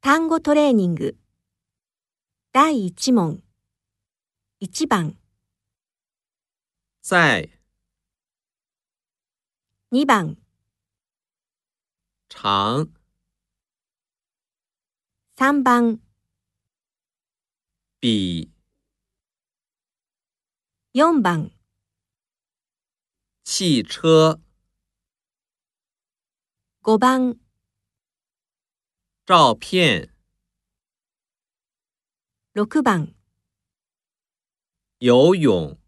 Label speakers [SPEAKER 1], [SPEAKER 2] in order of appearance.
[SPEAKER 1] 単語トレーニング。第1問。1番、
[SPEAKER 2] 在
[SPEAKER 1] 2番、
[SPEAKER 2] 长
[SPEAKER 1] 3番、
[SPEAKER 2] 比
[SPEAKER 1] 4番、
[SPEAKER 2] 汽车
[SPEAKER 1] 5番、
[SPEAKER 2] 照片
[SPEAKER 1] 6番。
[SPEAKER 2] 游泳。